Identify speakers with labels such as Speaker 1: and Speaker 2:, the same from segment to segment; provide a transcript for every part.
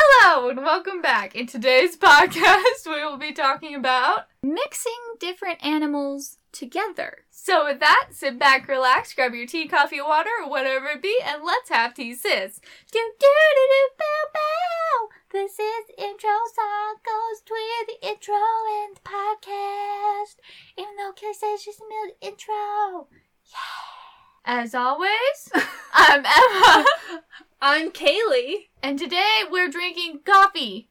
Speaker 1: Hello and welcome back. In today's podcast, we will be talking about.
Speaker 2: Mixing different animals together.
Speaker 1: So, with that, sit back, relax, grab your tea, coffee, water, or whatever it be, and let's have tea, sis.
Speaker 2: Do do do do bow bow. This is intro song goes with the intro and podcast. Even though Kelly says she's in the middle of the intro.
Speaker 1: As always, I'm Emma,
Speaker 3: I'm Kaylee,
Speaker 1: and today we're drinking coffee.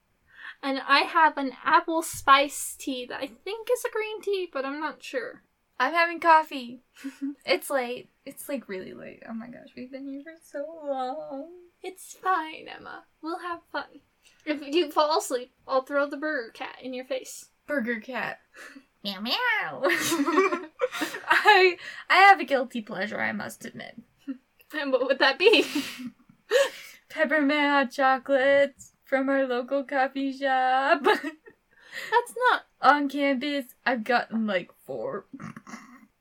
Speaker 3: and I have an apple spice tea that I think is a green tea, but I'm not sure.
Speaker 1: I'm having coffee. It's late. It's like really late. Oh my gosh, we've been here for so long.
Speaker 3: It's fine, Emma. We'll have fun. If you fall asleep, I'll throw the burger cat in your face.
Speaker 1: Burger Cat.
Speaker 2: Meow meow.
Speaker 1: I I have a guilty pleasure, I must admit.
Speaker 3: And what would that be?
Speaker 1: Peppermint hot chocolates from our local coffee shop.
Speaker 3: That's not.
Speaker 1: on campus, I've gotten like four.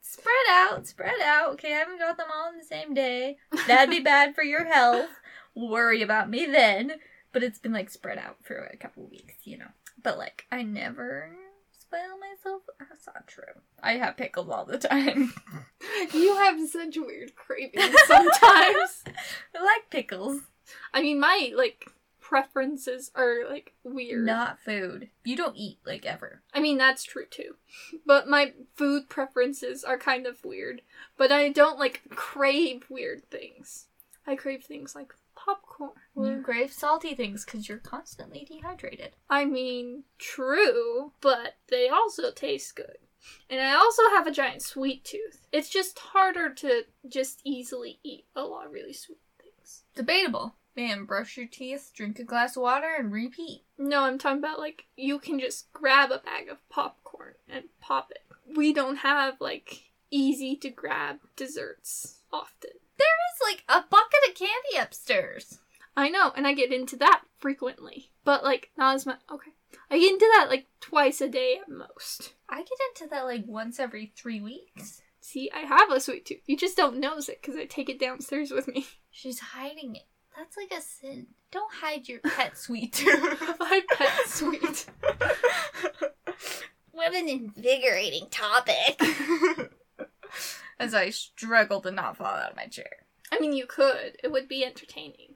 Speaker 1: spread out, spread out. Okay, I haven't got them all on the same day. That'd be bad for your health. Worry about me then. But it's been like spread out for a couple weeks, you know. But like, I never spoil myself. That's not true. I have pickles all the time.
Speaker 3: You have such weird cravings sometimes.
Speaker 1: I like pickles,
Speaker 3: I mean, my like preferences are like weird.
Speaker 1: not food. You don't eat like ever.
Speaker 3: I mean, that's true too. But my food preferences are kind of weird. But I don't like crave weird things. I crave things like popcorn.
Speaker 1: You crave salty things because you're constantly dehydrated.
Speaker 3: I mean, true, but they also taste good. And I also have a giant sweet tooth. It's just harder to just easily eat a lot of really sweet things.
Speaker 1: Debatable. Man, brush your teeth, drink a glass of water, and repeat.
Speaker 3: No, I'm talking about like you can just grab a bag of popcorn and pop it. We don't have like easy to grab desserts often.
Speaker 1: It's like a bucket of candy upstairs.
Speaker 3: I know, and I get into that frequently, but like not as much. Okay, I get into that like twice a day at most.
Speaker 1: I get into that like once every three weeks.
Speaker 3: See, I have a sweet tooth. You just don't notice it because I take it downstairs with me.
Speaker 1: She's hiding it. That's like a sin. Don't hide your pet sweet tooth.
Speaker 3: My pet sweet.
Speaker 2: What an invigorating topic.
Speaker 1: As I struggle to not fall out of my chair.
Speaker 3: I mean, you could. It would be entertaining.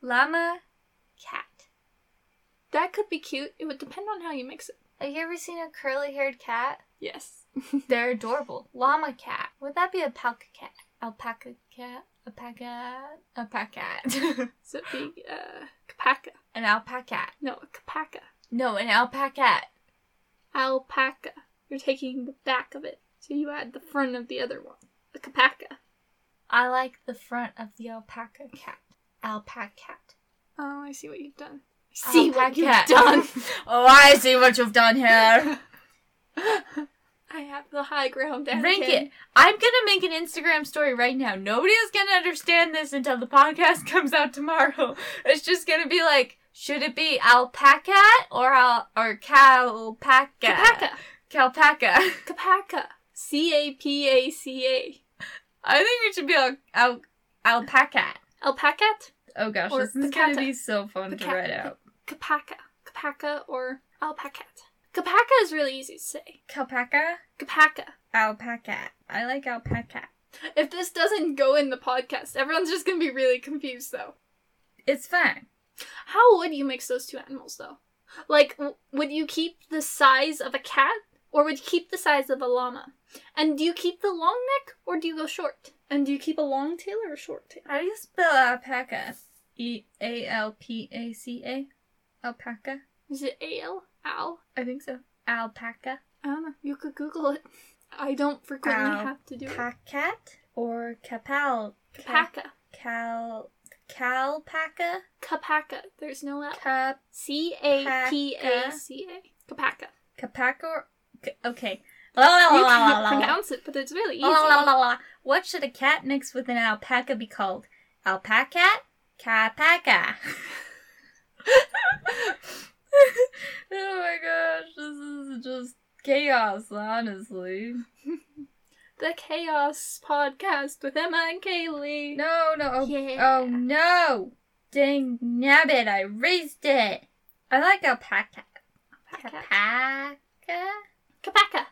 Speaker 1: Llama, cat.
Speaker 3: That could be cute. It would depend on how you mix it.
Speaker 2: Have you ever seen a curly haired cat?
Speaker 3: Yes.
Speaker 1: They're adorable.
Speaker 2: Llama cat. Would that be a palca cat? Alpaca cat? Alpaca?
Speaker 1: A pack cat.
Speaker 3: So it'd be uh, capaca.
Speaker 1: an alpaca.
Speaker 3: No, a capaca.
Speaker 1: No, an alpaca.
Speaker 3: Alpaca. You're taking the back of it, so you add the front of the other one. A capaca.
Speaker 2: I like the front of the alpaca cat. Alpaca cat.
Speaker 3: Oh, I see what you've done. I
Speaker 1: See
Speaker 3: See
Speaker 1: what
Speaker 3: what
Speaker 1: you've
Speaker 3: you've
Speaker 1: done.
Speaker 3: done.
Speaker 1: Oh, I see what you've done here.
Speaker 3: I have the high ground.
Speaker 1: Rank
Speaker 3: Anakin.
Speaker 1: it. I'm gonna make an Instagram story right now. Nobody is gonna understand this until the podcast comes out tomorrow. It's just gonna be like, should it be alpaca or al or calpaca?
Speaker 3: Capaca.
Speaker 1: Calpaca.
Speaker 3: Capaca. C A P A C A.
Speaker 1: I think it should be al, al- alpaca.
Speaker 3: Alpaca?
Speaker 1: Oh gosh,
Speaker 3: Or
Speaker 1: this is gonna
Speaker 3: pacata.
Speaker 1: be so fun to
Speaker 3: Paca-
Speaker 1: write out.
Speaker 3: Capaca. Capaca or alpaca. Capaca is really easy to say.
Speaker 1: Calpaca,
Speaker 3: Capaca.
Speaker 1: alpaca. I like alpaca.
Speaker 3: If this doesn't go in the podcast, everyone's just gonna be really confused though.
Speaker 1: It's fine.
Speaker 3: How would you mix those two animals though? Like, w- would you keep the size of a cat or would you keep the size of a llama? And do you keep the long neck or do you go short? And do you keep a long tail or a short tail?
Speaker 1: How do you spell alpaca? E A L P A C A. Alpaca.
Speaker 3: Is it ale? Owl?
Speaker 1: I think so. Alpaca.
Speaker 3: I don't know. You could Google it. I don't frequently
Speaker 1: Owl.
Speaker 3: have to do it.
Speaker 1: Pacat or capal ca-
Speaker 3: Capaca.
Speaker 1: cal calpaca
Speaker 3: Capaca. There's no L.
Speaker 1: cap
Speaker 3: C A P A C A. Capaca.
Speaker 1: capaca or c- okay.
Speaker 3: You can't pronounce it, but it's really easy.
Speaker 1: What should a cat mixed with an alpaca be called? Alpaca, capaca. oh my gosh, this is just chaos, honestly.
Speaker 3: The Chaos Podcast with Emma and Kaylee.
Speaker 1: No, no, oh,
Speaker 3: Yeah.
Speaker 1: oh no. Dang nabbit, I raised it. I like alpaca.
Speaker 3: Alpaca.
Speaker 1: Alpaca?
Speaker 3: Kapaka.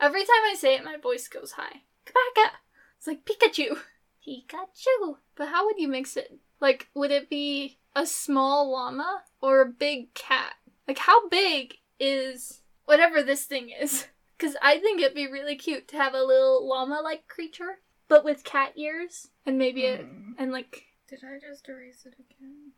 Speaker 3: Every time I say it, my voice goes high. Kapaka. It's like Pikachu. Pikachu. But how would you mix it? Like, would it be a small llama or a big cat? Like, how big is whatever this thing is? Because I think it'd be really cute to have a little llama like creature, but with cat ears and maybe it,
Speaker 1: Hmm.
Speaker 3: and like
Speaker 1: Did I just erase it again?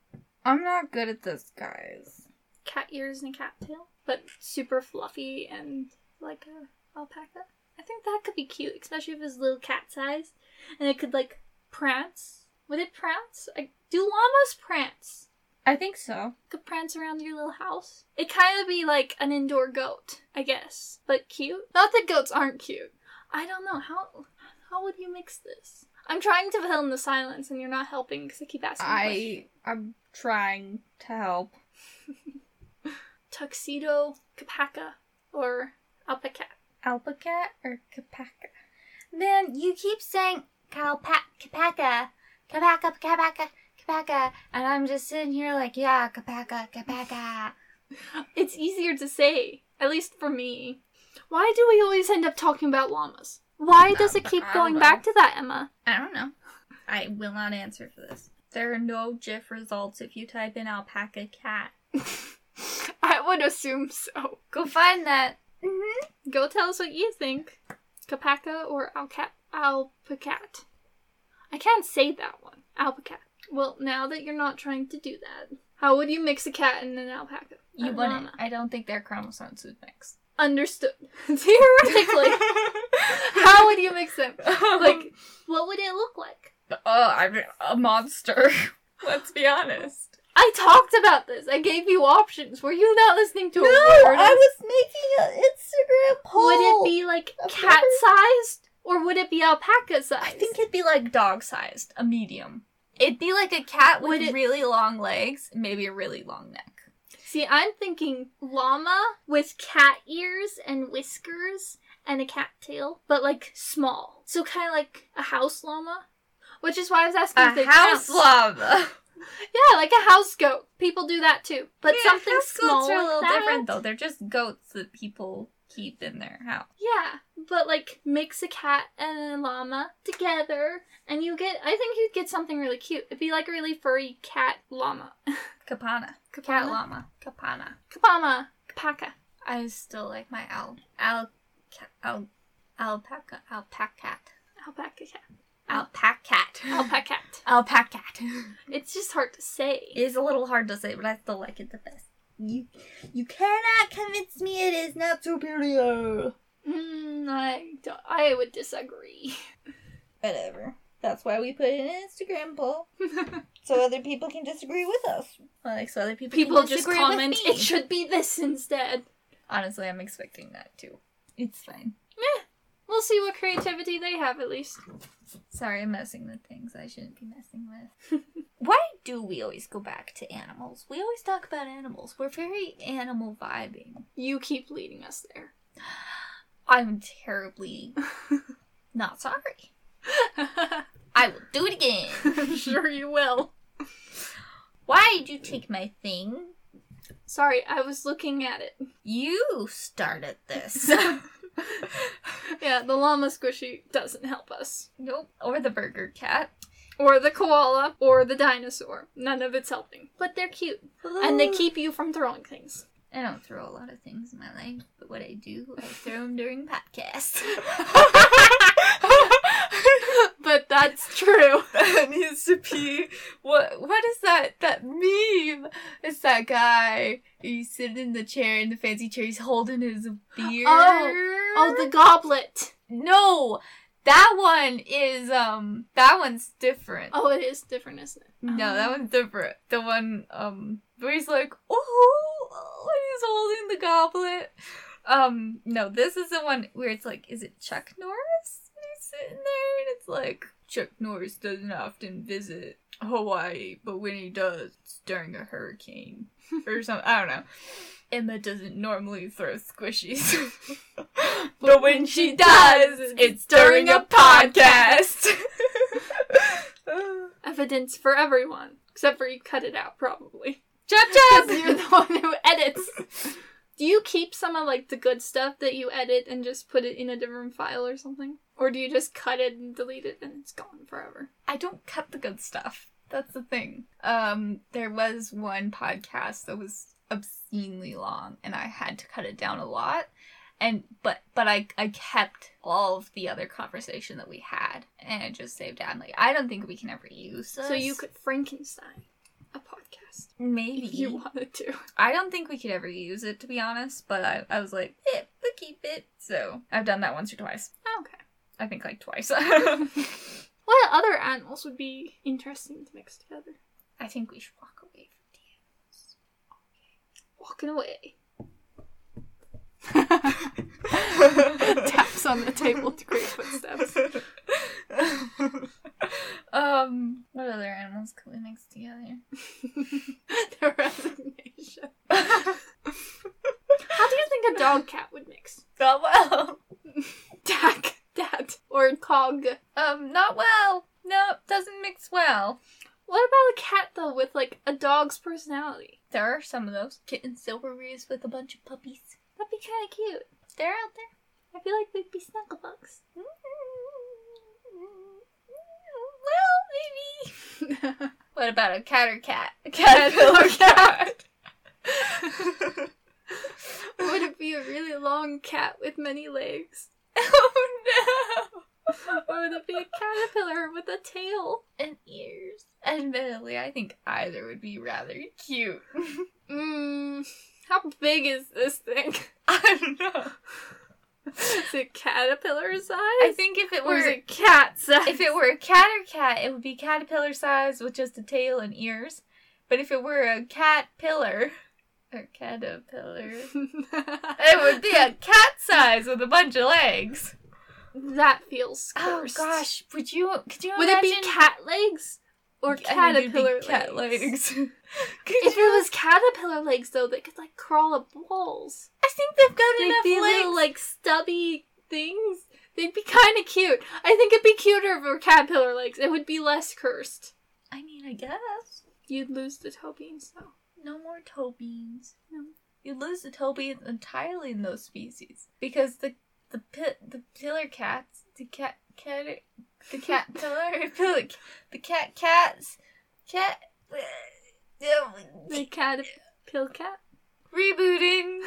Speaker 1: I'm not good at this, guys.
Speaker 3: cat ears and a cat tail, but super fluffy and like a alpaca. I think that could be cute, especially if it's little cat size, and it could like prance. Would it prance? I, do llamas prance?
Speaker 1: I think so.
Speaker 3: Could prance around your little house. It kind of be like an indoor goat, I guess, but cute. Not that goats aren't cute. I don't know how. How would you mix this? I'm trying to fill in the silence, and you're not helping because I keep asking. questions.
Speaker 1: I I'm trying to help.
Speaker 3: tuxedo kapaka or alpaca.
Speaker 1: Alpaca or capaca? Man, you keep saying
Speaker 4: Kalpa- Kapaka. Kapaka, Kapaka, Kapaka. And I'm just sitting here like, yeah, Kapaka, Kapaka.
Speaker 3: It's easier to say, at least for me. Why do we always end up talking about llamas? Why does it keep
Speaker 1: I
Speaker 3: going
Speaker 1: don't
Speaker 3: back to that, Emma?
Speaker 1: I don't know. I will not answer for this. There are no GIF results if you type in alpaca cat.
Speaker 3: I would assume so.
Speaker 1: Go find that.
Speaker 3: Go tell us what you think. Kapaka or alca- alpacat? I can't say that one. Alpacat. Well, now that you're not trying to do that, how would you mix a cat and an alpaca?
Speaker 1: You
Speaker 3: A
Speaker 1: wouldn't.
Speaker 3: llama.
Speaker 1: I don't think their chromosomes would mix.
Speaker 3: Understood. Theoretically, how would you mix them?
Speaker 1: like,
Speaker 3: Like, what would it look like?
Speaker 1: oh, I'm a monster. Let's be honest.
Speaker 3: I talked about this. I gave you options. Were you not listening to a
Speaker 1: No,
Speaker 3: word?
Speaker 1: I was making an Instagram poll.
Speaker 3: Would it be like
Speaker 1: Of
Speaker 3: cat sized or would it be alpaca sized?
Speaker 1: I think it'd be like dog sized, a medium. It'd be like a cat with
Speaker 3: Would it-
Speaker 1: really long legs, maybe a really long neck.
Speaker 3: See, I'm thinking llama with cat ears and whiskers and a cat tail, but like small. So kind of like a house llama, which is why I was asking. if
Speaker 1: A
Speaker 3: it
Speaker 1: house
Speaker 3: counts.
Speaker 1: llama.
Speaker 3: Yeah, like a house goat. People do that too, but
Speaker 1: Yeah,
Speaker 3: something
Speaker 1: house
Speaker 3: small.
Speaker 1: goats are a little
Speaker 3: like that.
Speaker 1: different though. They're just goats that people keep in their house.
Speaker 3: Yeah, but like mix a cat and a llama together, and you get. I think you'd get something really cute. It'd be like a really furry cat llama,
Speaker 1: Kapana. Cat
Speaker 3: Kapana?
Speaker 1: llama. Kapana.
Speaker 3: kapama, kapaka.
Speaker 1: I still like my al al ca- al alpaca alpaca
Speaker 3: Alpaca cat.
Speaker 1: alpaca
Speaker 3: Alpaca.
Speaker 1: alpaca.
Speaker 3: it's just hard to say.
Speaker 1: It is a little hard to say, but I still like it the best. You you cannot convince me it is not superior.
Speaker 3: Mm, I don't, I would disagree.
Speaker 1: Whatever. That's why we put in an Instagram poll so other people can disagree with us. Like so other people
Speaker 3: People
Speaker 1: can
Speaker 3: just
Speaker 1: disagree with
Speaker 3: comment
Speaker 1: me.
Speaker 3: it should be this instead.
Speaker 1: Honestly, I'm expecting that too. It's fine.
Speaker 3: We'll see what creativity they have at least.
Speaker 1: Sorry, I'm messing with things I shouldn't be messing with. Why do we always go back to animals? We always talk about animals. We're very animal vibing.
Speaker 3: You keep leading us there.
Speaker 1: I'm terribly not sorry. I will do it again.
Speaker 3: I'm sure you will.
Speaker 1: Why did you take my thing?
Speaker 3: Sorry, I was looking at it.
Speaker 1: You started this.
Speaker 3: Yeah, the llama squishy doesn't help us.
Speaker 1: nope. Or the burger cat.
Speaker 3: Or the koala, or the dinosaur. None of it's helping. But they're cute. Mm. And they keep you from throwing things.
Speaker 1: I don't throw a lot of things in my life, but what I do, I throw them during podcasts.
Speaker 3: But that's true.
Speaker 1: that needs to be what what is that that meme it's that guy he's sitting in the chair in the fancy chair he's holding his beer
Speaker 3: Oh, the goblet.
Speaker 1: no that one is um that one's different
Speaker 3: Oh, it is different, isn't it?
Speaker 1: no that
Speaker 3: Oh.
Speaker 1: one's different the one um where he's like oh and he's holding the goblet um no this is the one where it's like is it chuck norris he's sitting there and it's like chuck norris doesn't often visit hawaii but when he does it's during a hurricane or something i don't know emma doesn't normally throw squishies but when she does it's during a podcast
Speaker 3: Evidence for everyone. Except for you cut it out, probably.
Speaker 1: Chop
Speaker 3: Because you're the one who edits. Do you keep some of like the good stuff that you edit and just put it in a different file or something? Or do you just cut it and delete it and it's gone forever?
Speaker 1: I don't cut the good stuff. That's the thing. Um, there was one podcast that was obscenely long, and I had to cut it down a lot. And but but I I kept all of the other conversation that we had, and it just saved down. Like I don't think we can ever use. This.
Speaker 3: So you could Frankenstein a podcast
Speaker 1: maybe
Speaker 3: if you wanted to.
Speaker 1: I don't think we could ever use it to be honest. But I I was like, eh, we'll keep it. So I've done that once or twice.
Speaker 3: Oh, Okay.
Speaker 1: I think like twice.
Speaker 3: What other animals would be interesting to mix together?
Speaker 1: I think we should walk away from the
Speaker 3: Walking away.
Speaker 1: Taps
Speaker 3: Taps on the table to create footsteps.
Speaker 1: um, what other animals can we mix together?
Speaker 3: the resignation. How do you think a dog cat would mix?
Speaker 1: Not well.
Speaker 3: Tack, dat, or cog.
Speaker 1: Um, not well. No, doesn't mix well.
Speaker 3: What about a cat though with like a dog's personality?
Speaker 1: There are some of those kitten silverweaves with a bunch of puppies.
Speaker 3: That'd be kind of cute.
Speaker 1: They're out there.
Speaker 3: I feel like we'd be snugglebunks.
Speaker 1: Mm-hmm. Well, maybe. What about a cat or cat? A
Speaker 3: Caterpillar
Speaker 1: caterpillar cat.
Speaker 3: would it be a really long cat with many legs?
Speaker 1: oh no.
Speaker 3: Or would it be a caterpillar with a tail?
Speaker 1: and ears. Admittedly, I think either would be rather cute.
Speaker 3: Mmm, how big is this thing?
Speaker 1: I don't know.
Speaker 3: Is it caterpillar size?
Speaker 1: I think if it
Speaker 3: or
Speaker 1: were
Speaker 3: is it cat size?
Speaker 1: if it were a cat or cat, it would be caterpillar size with just a tail and ears. But if it were a cat pillar or caterpillar, it would be a cat size with a bunch of legs.
Speaker 3: that feels cursed.
Speaker 1: Oh gosh, would you? Could you
Speaker 3: Would
Speaker 1: imagine?
Speaker 3: it be cat legs or
Speaker 1: I mean, it'd be
Speaker 3: caterpillar
Speaker 1: cat
Speaker 3: legs?
Speaker 1: legs? Could
Speaker 3: If it
Speaker 1: you-
Speaker 3: was caterpillar legs though, they could like crawl up walls.
Speaker 1: I think they've got
Speaker 3: They'd
Speaker 1: enough
Speaker 3: be
Speaker 1: legs.
Speaker 3: little like stubby things. They'd be kind of cute. I think it'd be cuter for caterpillar legs. It would be less cursed.
Speaker 1: I mean, I guess.
Speaker 3: You'd lose the toe beans though.
Speaker 1: No more toe beans.
Speaker 3: No.
Speaker 1: You lose the toe beans entirely in those species because the the pit the pillar cats the cat cat the cat pillar pillar the cat cats cat
Speaker 3: The caterpillar cat.
Speaker 1: rebooting.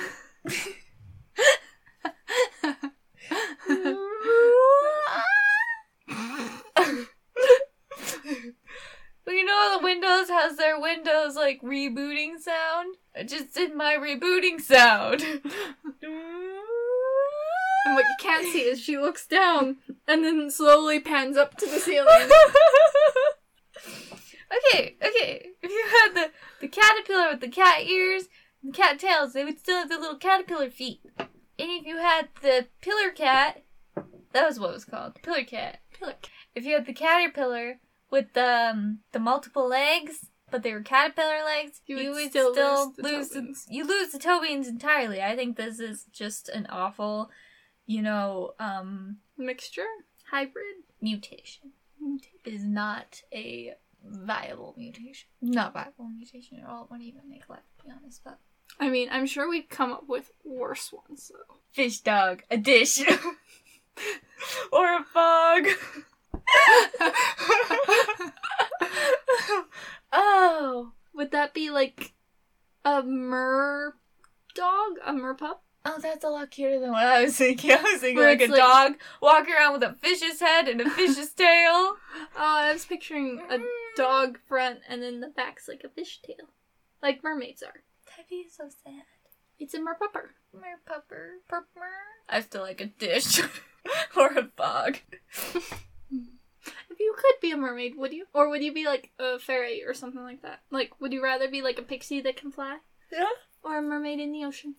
Speaker 1: Well, you know how the Windows has their Windows like rebooting sound? I just did my rebooting sound.
Speaker 3: And what you can't see is she looks down and then slowly pans up to the ceiling.
Speaker 1: okay, okay. If you had the, the caterpillar with the cat ears and the cat tails, they would still have the little caterpillar feet. And if you had the pillar cat, that was what it was called, pillar cat.
Speaker 3: Pillar
Speaker 1: If you had the caterpillar with the um, the multiple legs, but they were caterpillar legs,
Speaker 3: You
Speaker 1: you,
Speaker 3: would
Speaker 1: would
Speaker 3: still
Speaker 1: still,
Speaker 3: lose the toe
Speaker 1: lose, the,
Speaker 3: beans.
Speaker 1: you lose the toe beans entirely. I think this is just an awful, you know, um,
Speaker 3: Mixture? Hybrid?
Speaker 1: mutation. It is not a viable mutation. Not viable mutation at all. It wouldn't even make life, to be honest. But
Speaker 3: I mean, I'm sure we'd come up with worse ones though.
Speaker 1: fish dog, a dish, or a fog. oh,
Speaker 3: Would that be like a mer dog? A mer pup?
Speaker 1: oh, that's a lot cuter than what I was thinking. I was thinking
Speaker 3: Where
Speaker 1: like a
Speaker 3: it's like-
Speaker 1: dog walking around with a fish's head and a fish's tail.
Speaker 3: Oh, I was picturing
Speaker 1: Mm.
Speaker 3: a dog front and then the back's like a fish tail. Like mermaids are.
Speaker 1: That'd be so sad.
Speaker 3: It's a mer pupper.
Speaker 1: Mer pupper, pupper. I still like a dish or a fog.
Speaker 3: If you could be a mermaid, would you? Or would you be like a fairy or something like that? Like, would you rather be like a pixie that can fly?
Speaker 1: Yeah.
Speaker 3: Or a mermaid in the ocean?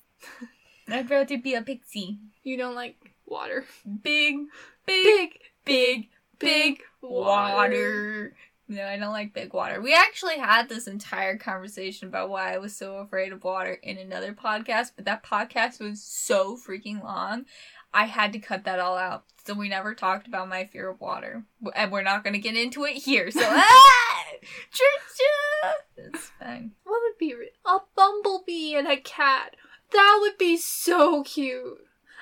Speaker 1: I'd rather be a pixie.
Speaker 3: You don't like water.
Speaker 1: Big, big, big, big
Speaker 3: water.
Speaker 1: water. No, I don't like big water. We actually had this entire conversation about why I was so afraid of water in another podcast, but that podcast was so freaking long. I had to cut that all out. So we never talked about my fear of water. And we're not going to get into it here. So, ah!
Speaker 3: Trisha!
Speaker 5: It's fine.
Speaker 3: What would be re- a bumblebee and a cat? That would be so cute.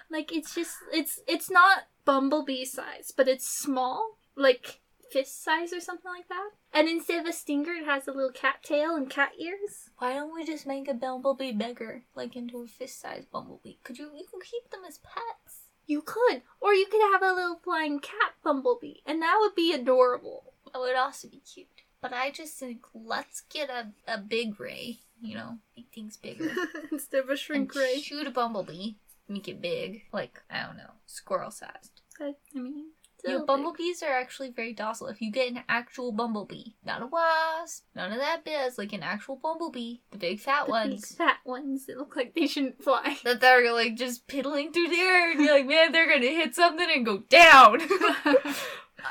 Speaker 3: Like it's just it's it's not bumblebee size, but it's small, like fist size or something like that. And instead of a stinger, it has a little cat tail and cat ears.
Speaker 1: Why don't we just make a bumblebee bigger, like into a fist-sized bumblebee? Could you you can keep them as pets?
Speaker 3: You could, or you could have a little flying cat bumblebee, and that would be adorable.
Speaker 1: That would also be cute. But I just think let's get a, a big ray, you know, make things bigger.
Speaker 3: instead of a
Speaker 1: and
Speaker 3: shrink ray.
Speaker 1: shoot a bumblebee, make it big, like I don't know, squirrel sized.
Speaker 3: I mean, it's a
Speaker 1: You know,
Speaker 3: little big.
Speaker 1: bumblebees are actually very docile. If you get an actual bumblebee, not a wasp, none of that biz, like an actual bumblebee, the big fat
Speaker 3: The big
Speaker 1: ones.
Speaker 3: fat ones that look like they shouldn't fly.
Speaker 1: That they're like just piddling through the air, and you're like, man, they're gonna hit something and go down.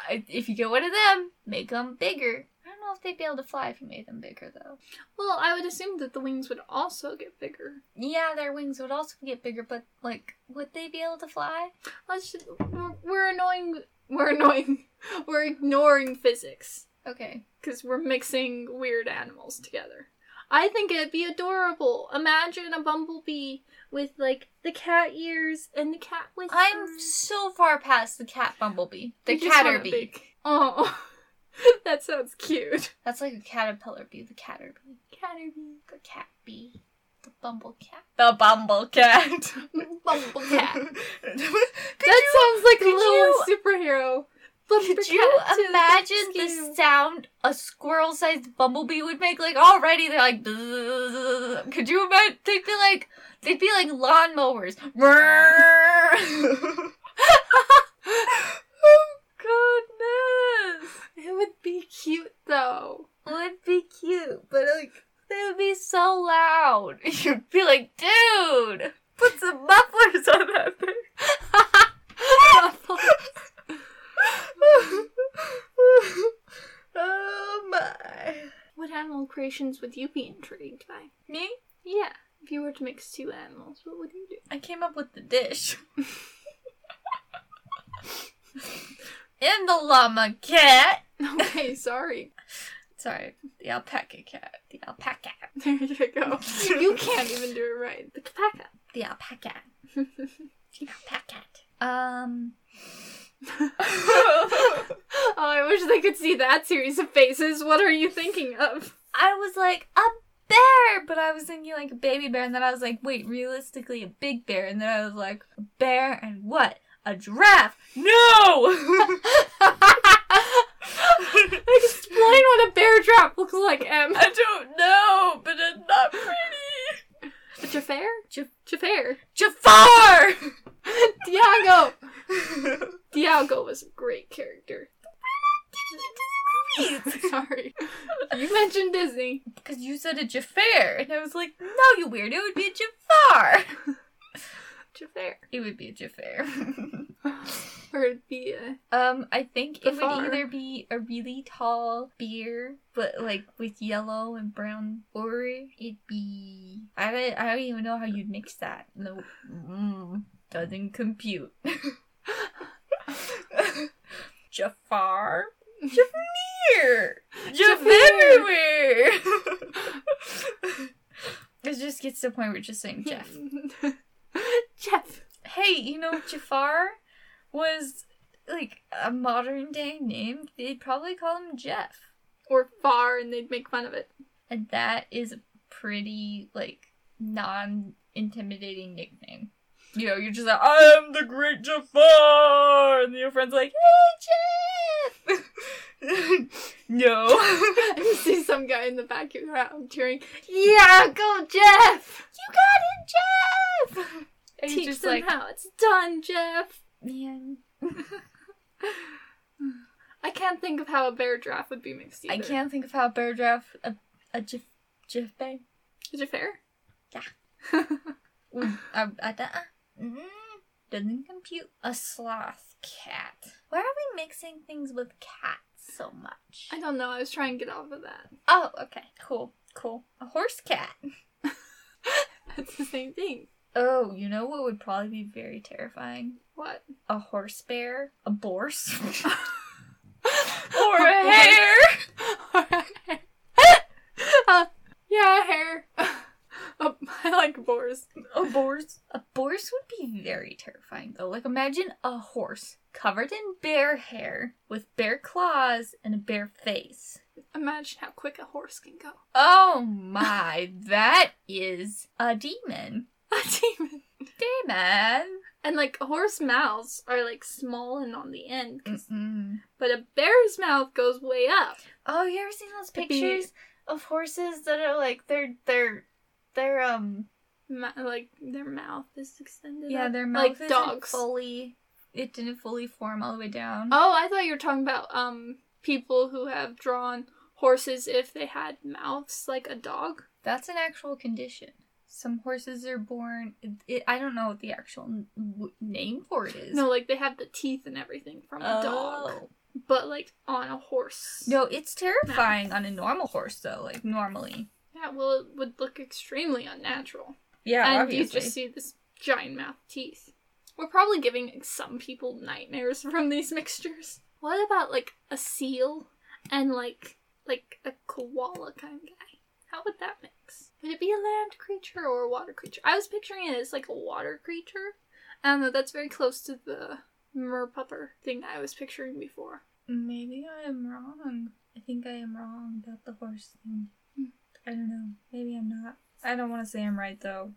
Speaker 1: I- if you get one of them, make them bigger. I don't know if they'd be able to fly if you made them bigger though.
Speaker 3: Well, I would assume that the wings would also get bigger.
Speaker 1: Yeah, their wings would also get bigger, but like, would they be able to fly?
Speaker 3: Let's just, we're, we're annoying. We're annoying. We're ignoring physics
Speaker 1: Okay,
Speaker 3: because we're mixing weird animals together. I think it'd be adorable. Imagine a bumblebee with like the cat ears and the cat whiskers.
Speaker 1: I'm so far past the cat bumblebee. The
Speaker 3: Um, You just want a
Speaker 1: caterbee.
Speaker 3: big- Oh, that sounds cute.
Speaker 1: That's like a caterpillar bee. The caterbee.
Speaker 3: Caterbee.
Speaker 1: The cat bee. The bumble cat. The bumble cat.
Speaker 3: Bumble cat.
Speaker 1: could
Speaker 3: that sounds like a
Speaker 1: could
Speaker 3: little superhero.
Speaker 1: you,
Speaker 3: Bumper
Speaker 1: could you
Speaker 3: cat to the
Speaker 1: imagine the
Speaker 3: rescue.
Speaker 1: sound a squirrel-sized bumblebee would make? Like already they're like. "Bzzz." Could you imagine? They'd be like. They'd be like lawnmowers. oh goodness.
Speaker 3: It would be cute though.
Speaker 1: would be cute, but like they would be so loud. You'd be like, dude, put some mufflers on that thing. oh my.
Speaker 3: What animal creations would you be intrigued by?
Speaker 1: Me?
Speaker 3: Yeah, if you were to mix two animals, what would you do?
Speaker 1: I came up with the dish. and the llama cat.
Speaker 3: Okay, sorry.
Speaker 1: Sorry, the alpaca cat. The alpaca.
Speaker 3: There you go. You can't even do it right. The alpaca.
Speaker 1: The alpaca. The alpaca. Um.
Speaker 3: oh, I wish they could see that series of faces. What are you thinking of?
Speaker 1: I was like, a bear! But I was thinking like a baby bear, and then I was like, wait, realistically, a big bear. And then I was like, a bear and what? A giraffe? No!
Speaker 3: Explain what a bear drop looks like, Em.
Speaker 1: I don't know, but it's not pretty.
Speaker 3: Jafar?
Speaker 1: Jaf-
Speaker 3: Jafar.
Speaker 1: Jafar!
Speaker 3: Diago! Diago was a great character. Sorry. You mentioned Disney.
Speaker 1: Because you said a Jafar, and I was like, no, you weirdo, it would be a Jafar!
Speaker 3: Jafar.
Speaker 1: It would be a Jafar.
Speaker 3: Or it'd be uh, a.
Speaker 1: Um, I think it
Speaker 3: Jafar.
Speaker 1: would either be a really tall beer, but like with yellow and brown, or it'd be I don't, I don't even know how you'd mix that. No, mm, doesn't compute. Jafar, Jafar, Jaf
Speaker 3: Jafar.
Speaker 1: everywhere. it just gets to the point where it's just saying Jeff.
Speaker 3: Jeff.
Speaker 1: Hey, you know Jafar was like a modern day name. They'd probably call him Jeff,
Speaker 3: Or Far, and they'd make fun of it.
Speaker 1: and that is a pretty like non-intimidating nickname. You know, you're just like I am the great Jafar, and your friend's like, Hey Jeff. no.
Speaker 3: I just see some guy in the background cheering, Yeah, go, Jeff!
Speaker 1: And
Speaker 3: Teach
Speaker 1: you're just
Speaker 3: them
Speaker 1: like,
Speaker 3: how it's done, Jeff!
Speaker 1: man,
Speaker 3: I can't think of how a bear draft would be mixed either.
Speaker 1: I can't think of how bear draft a a Jaf Jaf bear.
Speaker 3: Jafar?
Speaker 1: Yeah.
Speaker 3: Yeah.
Speaker 1: Mm, uh, uh, uh, mm, doesn't compute. A sloth cat. Why are we mixing things with cats so much?
Speaker 3: I don't know. I was trying to get off of that.
Speaker 1: Oh, okay. Cool. Cool. A horse cat.
Speaker 3: That's the same thing.
Speaker 1: Oh, you know what would probably be very terrifying?
Speaker 3: What?
Speaker 1: A horse bear. A borse.
Speaker 3: Or a Uh, hare. Oh, I like boars.
Speaker 5: A boars.
Speaker 1: A boars would be very terrifying though. Like imagine a horse covered in bear hair with bear claws and a bear face.
Speaker 3: Imagine how quick a horse can go.
Speaker 1: Oh my, that is a demon.
Speaker 3: A demon.
Speaker 1: Demon.
Speaker 3: And like horse mouths are like small and on the
Speaker 1: Mm.
Speaker 3: end, 'cause-
Speaker 1: Mm-mm.
Speaker 3: but a bear's mouth goes way up.
Speaker 1: Oh, you ever seen those
Speaker 5: It'd
Speaker 1: pictures of horses that are like they're they're they're um
Speaker 3: Ma- like their mouth is extended.
Speaker 1: yeah
Speaker 3: up.
Speaker 1: their mouth
Speaker 3: like
Speaker 1: isn't
Speaker 3: dogs.
Speaker 1: fully it didn't fully form all the way down.
Speaker 3: Oh, I thought you were talking about um people who have drawn horses if they had mouths like a dog.
Speaker 1: That's an actual condition. Some horses are born. It, it, I don't know what the actual n- w- name for it is.
Speaker 3: No, like they have the teeth and everything from a dog,
Speaker 1: Oh.
Speaker 3: but like on a horse.
Speaker 1: No, it's terrifying on a normal horse though. Like normally.
Speaker 3: Yeah, well, it would look extremely unnatural.
Speaker 5: Yeah,
Speaker 3: and
Speaker 5: obviously.
Speaker 3: you just see this giant mouth teeth. We're probably giving some people nightmares from these mixtures. What about like a seal and like like a koala kind of guy? How would that mix? Would it be a land creature or a water creature? I was picturing it as like a water creature. I don't know. That's very close to the merpupper thing I was picturing before.
Speaker 1: Maybe I am wrong. I think I am wrong about the horse thing.
Speaker 5: Hmm.
Speaker 1: I don't know. Maybe I'm not. I don't want to say I'm right though.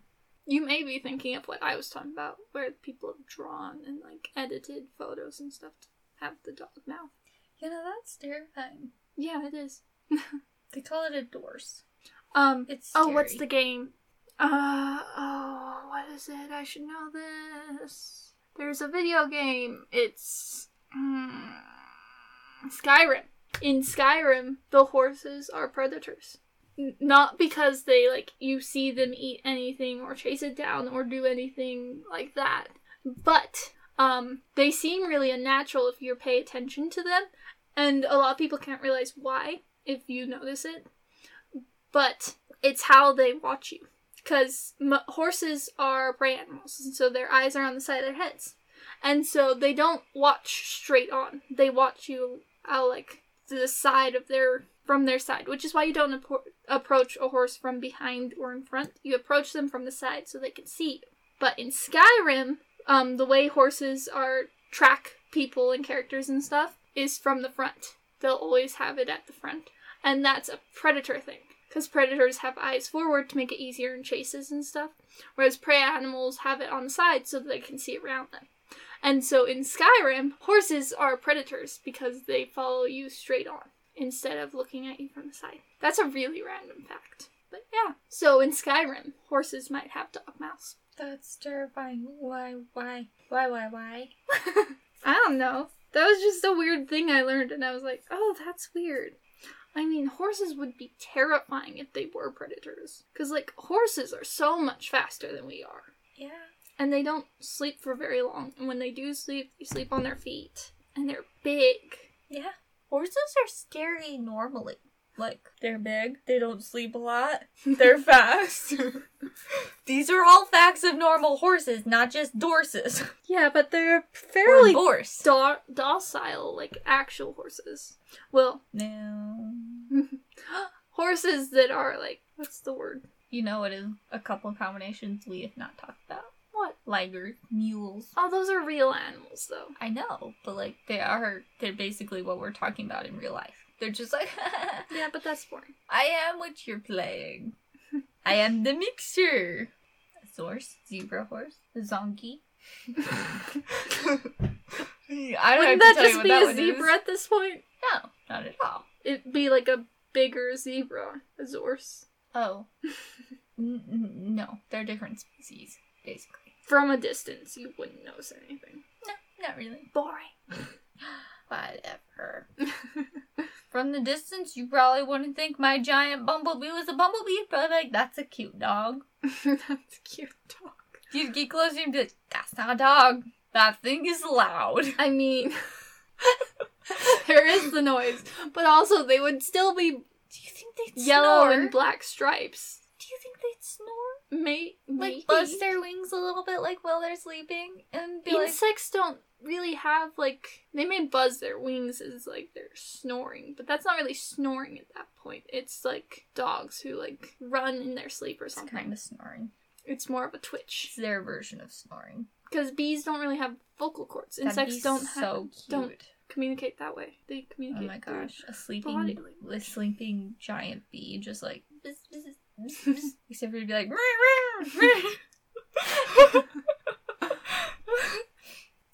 Speaker 3: You may be thinking of what I was talking about, where people have drawn and like edited photos and stuff to have the dog mouth.
Speaker 1: You know that's terrifying.
Speaker 3: Yeah, it is.
Speaker 1: They call it a dorse.
Speaker 3: Um.
Speaker 1: It's
Speaker 3: Oh, what's the
Speaker 1: scary.
Speaker 3: game? Uh. Oh, what is it? I should know this. There's a video game. It's mm, Skyrim. In Skyrim, the horses are predators. N- Not because they like you see them eat anything or chase it down or do anything like that, but um, they seem really unnatural if you pay attention to them, and a lot of people can't realize why if you notice it but it's how they watch you. Because m- horses are prey animals, and so their eyes are on the side of their heads. And so they don't watch straight on. They watch you out, like, to the side of their, from their side, which is why you don't appro- approach a horse from behind or in front. You approach them from the side so they can see you. But in Skyrim, um, the way horses are track people and characters and stuff is from the front. They'll always have it at the front and that's a predator thing because predators have eyes forward to make it easier in chases and stuff whereas prey animals have it on the side so that they can see around them and so in skyrim horses are predators because they follow you straight on instead of looking at you from the side that's a really random fact but yeah so in skyrim horses might have dog mouths
Speaker 1: That's terrifying. Why? Why? Why? Why? Why?
Speaker 3: I don't know. That was just a weird thing I learned, and I was like, oh, that's weird. I mean, horses would be terrifying if they were predators. Because, like, horses are so much faster than we are.
Speaker 1: Yeah.
Speaker 3: And they don't sleep for very long. And when they do sleep, they sleep on their feet. And they're big.
Speaker 1: Yeah. Horses are scary normally. Like
Speaker 5: They're big. They don't sleep a lot. They're fast. These are all facts of normal horses, not just dorses.
Speaker 3: Yeah, but they're
Speaker 5: Or
Speaker 3: fairly
Speaker 5: boars.
Speaker 3: do- docile, like actual horses. Well,
Speaker 1: no.
Speaker 3: horses that are, like, what's the word?
Speaker 1: You know it is a couple combinations we have not talked about.
Speaker 3: What?
Speaker 1: Ligers, mules.
Speaker 3: Oh, those are real animals, though.
Speaker 1: I know, but like they are they're basically what we're talking about in real life. They're just like
Speaker 3: Yeah, but that's boring.
Speaker 1: I am what you're playing. I am the mixer. Source, zebra horse, zonkey. I don't
Speaker 3: Wouldn't
Speaker 1: have to
Speaker 3: that
Speaker 1: tell you
Speaker 3: just
Speaker 1: what
Speaker 3: be
Speaker 1: that
Speaker 3: a
Speaker 1: one
Speaker 3: zebra
Speaker 1: is.
Speaker 3: at this point?
Speaker 1: No, not at all.
Speaker 3: It'd be like a bigger zebra, a zorse,
Speaker 1: Oh. N- n- no, they're different species, basically.
Speaker 3: From a distance, you wouldn't notice anything.
Speaker 1: No, not really.
Speaker 3: Boring.
Speaker 1: Whatever. From the distance, you probably wouldn't think my giant bumblebee was a bumblebee. You'd probably be like, that's a cute dog.
Speaker 3: That's a cute dog.
Speaker 1: You'd get closer and be like, that's not a dog. That thing is loud.
Speaker 3: I mean, there is the noise, but also they would still be
Speaker 1: Do you think they'd
Speaker 3: yellow
Speaker 1: snore?
Speaker 3: and black stripes.
Speaker 1: Do you think they'd snore?
Speaker 3: May-
Speaker 1: Like,
Speaker 3: maybe.
Speaker 1: buzz their wings a little bit, like, while they're sleeping? And be like,
Speaker 3: Insects don't really have like they may buzz their wings as like they're snoring, but that's not really snoring at that point. It's like dogs who like run in their sleep or
Speaker 1: It's
Speaker 3: something.
Speaker 1: kind of snoring.
Speaker 3: It's more of a twitch
Speaker 1: It's their version of snoring.
Speaker 3: because bees don't really have vocal cords.
Speaker 1: That'd
Speaker 3: Insects
Speaker 1: be
Speaker 3: don't have,
Speaker 1: so cute.
Speaker 3: don't communicate that way. They
Speaker 1: Oh
Speaker 3: communicate.
Speaker 1: my
Speaker 3: through-
Speaker 1: gosh, a sleeping,
Speaker 3: body
Speaker 1: a
Speaker 3: language.
Speaker 1: sleeping giant bee, just like except for it'd be like.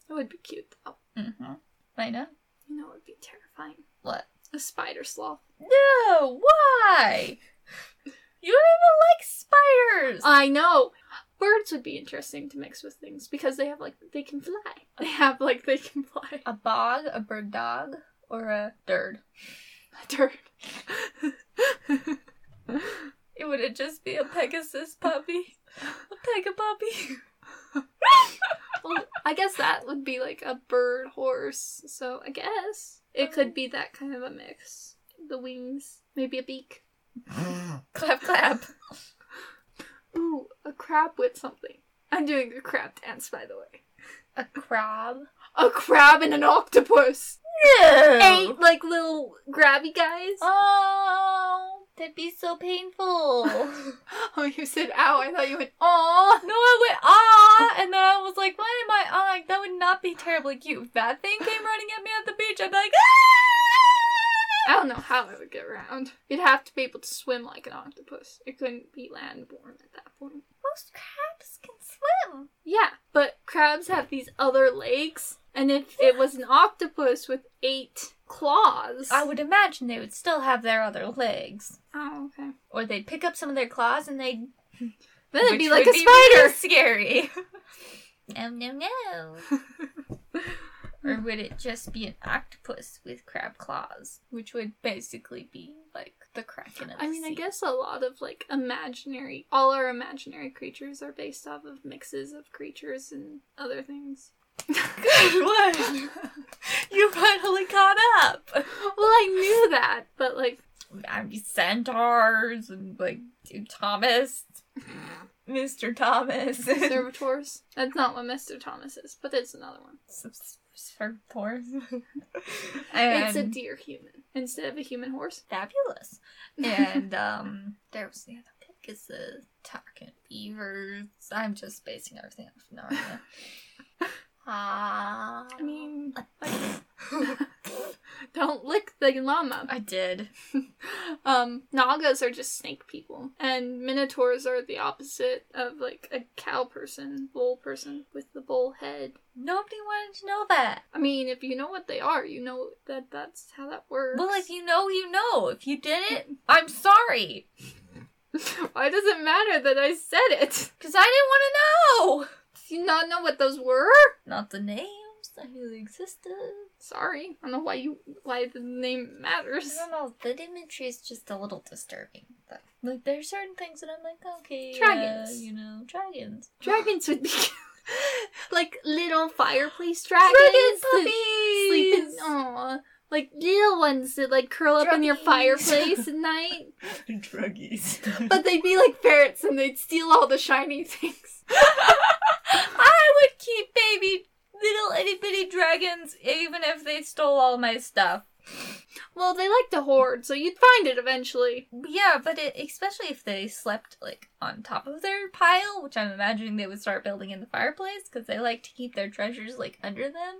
Speaker 3: That would be cute though.
Speaker 1: mm-hmm. I know.
Speaker 3: You know, it would be terrifying.
Speaker 1: What?
Speaker 3: A spider sloth.
Speaker 1: No, why? You don't even like spiders.
Speaker 3: I know. Birds would be interesting to mix with things because they have like they can fly. They have like they can fly.
Speaker 1: a bog, a bird dog, or a bird.
Speaker 3: A turd.
Speaker 1: It would it just be a Pegasus puppy, a Pega puppy.
Speaker 3: well, I guess that would be like a bird horse. So I guess it could be that kind of a mix. The wings, maybe a beak.
Speaker 1: clap clap.
Speaker 3: Ooh, a crab with something. I'm doing a crab dance, by the way.
Speaker 1: A crab.
Speaker 3: A crab and an octopus.
Speaker 1: No.
Speaker 3: Eight like little grabby guys.
Speaker 1: Oh, that'd be so painful.
Speaker 3: Oh, you said ow. I thought you went aw.
Speaker 1: no, I went ah, and then I was like, why am I ah? That would not be terribly cute. If that thing came running at me at the beach, I'd be like, ah!
Speaker 3: I don't know how it would get around. You'd have to be able to swim like an octopus. It couldn't be land born at that point.
Speaker 1: Most crabs can swim.
Speaker 3: Yeah, but crabs have these other legs, and if it was an octopus with eight claws,
Speaker 1: I would imagine they would still have their other legs,
Speaker 3: Oh, okay.
Speaker 1: or they'd pick up some of their claws and they'd
Speaker 3: Then it'd
Speaker 1: Which
Speaker 3: be like
Speaker 1: would
Speaker 3: a
Speaker 1: real
Speaker 3: spider.
Speaker 1: scary. no, no, no. or would it just be an octopus with crab claws, which would basically be like the kraken of
Speaker 3: I
Speaker 1: the
Speaker 3: mean, I
Speaker 1: sea.
Speaker 3: guess a lot of like imaginary, all our imaginary creatures are based off of mixes of creatures and other things.
Speaker 1: Good one. you finally caught up.
Speaker 3: Well, I knew that, but like,
Speaker 1: I mean, centaurs and like dude, Thomas, Mr. Thomas, and
Speaker 3: conservators. That's not what Mr. Thomas is, but it's another one.
Speaker 1: s- s- centaurs.
Speaker 3: It's a
Speaker 1: And-
Speaker 3: deer human instead of a human horse.
Speaker 1: fabulous. And um, there was the other Pegasus, talking beavers. I'm just basing everything off Narnia. Ah,
Speaker 3: I mean, don't lick the llama.
Speaker 1: I did.
Speaker 3: um, Nagas are just snake people, and Minotaurs are the opposite of like a cow person, bull person with the bull head.
Speaker 1: Nobody wanted to know that.
Speaker 3: I mean, if you know what they are, you know that that's how that works.
Speaker 1: Well, if you know, you know. If you didn't, I'm sorry,
Speaker 3: why does it matter that I said it?
Speaker 1: because I didn't want
Speaker 3: Do you not know what those were?
Speaker 1: to know. Not the names. I knew they existed.
Speaker 3: Sorry, I don't know why you why the name
Speaker 1: I
Speaker 3: matters.
Speaker 1: don't know. The imagery is just a little disturbing. But, like there are certain things that I'm like, okay, yeah,
Speaker 3: Dragons.
Speaker 1: you know, dragons.
Speaker 3: Dragons would be like little fireplace
Speaker 1: Dragon
Speaker 3: dragons. that-
Speaker 1: puppies!
Speaker 3: sleeping.
Speaker 1: oh.
Speaker 3: Aw, like little ones that like curl up in your
Speaker 1: Druggies.
Speaker 3: fireplace at night.
Speaker 1: Druggies.
Speaker 3: But they'd be like ferrets and they'd steal all the shiny things.
Speaker 1: I would keep baby little itty bitty dragons even if they stole all my stuff.
Speaker 3: Well, they like to hoard, so you'd find it eventually.
Speaker 1: Yeah, but it, especially if they slept like on top of their pile, which I'm imagining they would start building in the fireplace because they like to keep their treasures like under them.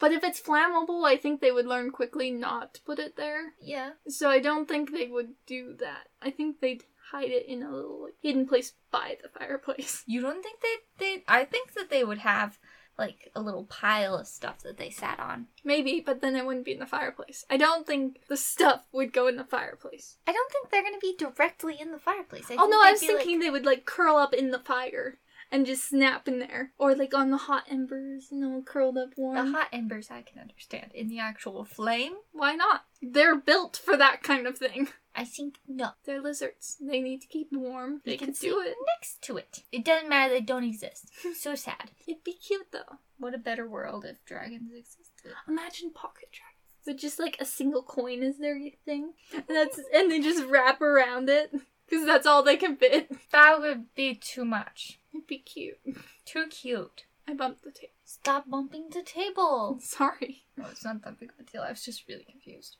Speaker 3: But if it's flammable, I think they would learn quickly not to put it there.
Speaker 1: Yeah.
Speaker 3: So I don't think they would do that. I think they'd hide it in a little like, hidden place by the fireplace.
Speaker 1: You don't think they they I think that they would have like a little pile of stuff that they sat on.
Speaker 3: Maybe, but then it wouldn't be in the fireplace. I don't think the stuff would go in the fireplace.
Speaker 1: I don't think they're gonna be directly in the fireplace. I
Speaker 3: Oh
Speaker 1: think
Speaker 3: no, I
Speaker 1: they'd
Speaker 3: was
Speaker 1: be, like-
Speaker 3: thinking they would like curl up in the fire and just snap in there, or like on the hot embers, you know, curled up warm.
Speaker 1: The hot embers I can understand. In the actual flame,
Speaker 3: Why not? They're built for that kind of thing.
Speaker 1: I think no.
Speaker 3: They're lizards. They need to keep warm. They,
Speaker 1: You
Speaker 3: can,
Speaker 1: sleep
Speaker 3: do it.
Speaker 1: next to it. It doesn't matter. They don't exist. So sad.
Speaker 3: It'd be cute though.
Speaker 1: What a better world if dragons existed.
Speaker 3: Imagine pocket dragons. But just like a single coin is their thing. And that's and they just wrap around it. Because that's all they can fit.
Speaker 1: That would be too much.
Speaker 3: It'd be cute.
Speaker 1: Too cute.
Speaker 3: I bumped the table.
Speaker 1: Stop bumping the table.
Speaker 3: Sorry.
Speaker 1: No, it's not that big of a deal. I was just really confused.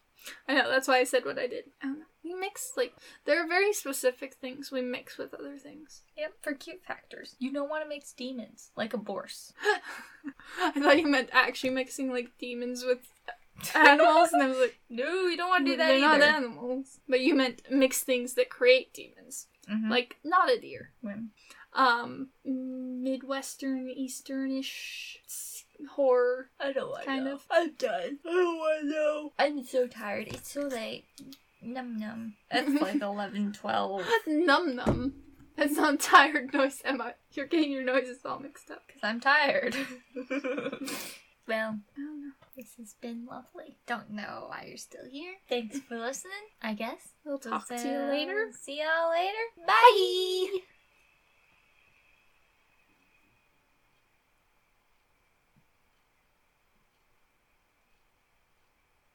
Speaker 3: I know that's why I said what I did. I don't know. We mix like there are very specific things we mix with other things.
Speaker 1: Yep, for cute factors. You don't want to mix demons, like a borse.
Speaker 3: I thought you meant actually mixing like demons with animals, and I was like,
Speaker 1: No, you don't want to do that
Speaker 3: they're
Speaker 1: either.
Speaker 3: not animals. Mm-hmm. But you meant mix things that create demons,
Speaker 1: Mhm.
Speaker 3: like not a deer.
Speaker 1: When-
Speaker 3: Um, midwestern, easternish s- horror.
Speaker 1: I don't want
Speaker 3: Kind
Speaker 1: know.
Speaker 3: of.
Speaker 1: I'm done. I don't want to know. I'm so tired. It's so late. Num num. It's like 11, 12.
Speaker 3: That's num num. That's not tired noise, Emma. You're getting your noises all mixed up.
Speaker 1: Because I'm tired. well,
Speaker 3: I don't know.
Speaker 1: this has been lovely. Don't know why you're still here. Thanks for listening, I guess.
Speaker 3: We'll talk to you
Speaker 1: So,
Speaker 3: later.
Speaker 1: See y'all later. Bye.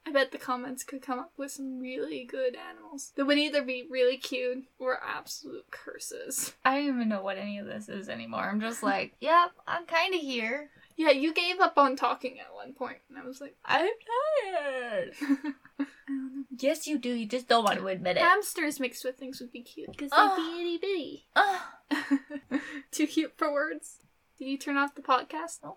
Speaker 3: I bet the comments could come up with some really good animals that would either be really cute or absolute curses.
Speaker 1: I don't even know what any of this is anymore. I'm just like, yep, I'm kind of here.
Speaker 3: Yeah, you gave up on talking at one point, and I was like,
Speaker 1: I'm tired.
Speaker 3: I don't know.
Speaker 1: Yes, you do. You just don't want to admit it.
Speaker 3: Hamsters mixed with things would be cute because they'd
Speaker 1: Oh.
Speaker 3: be itty bitty.
Speaker 1: Ugh.
Speaker 3: Too cute for words. Did you turn off the podcast?
Speaker 1: Nope.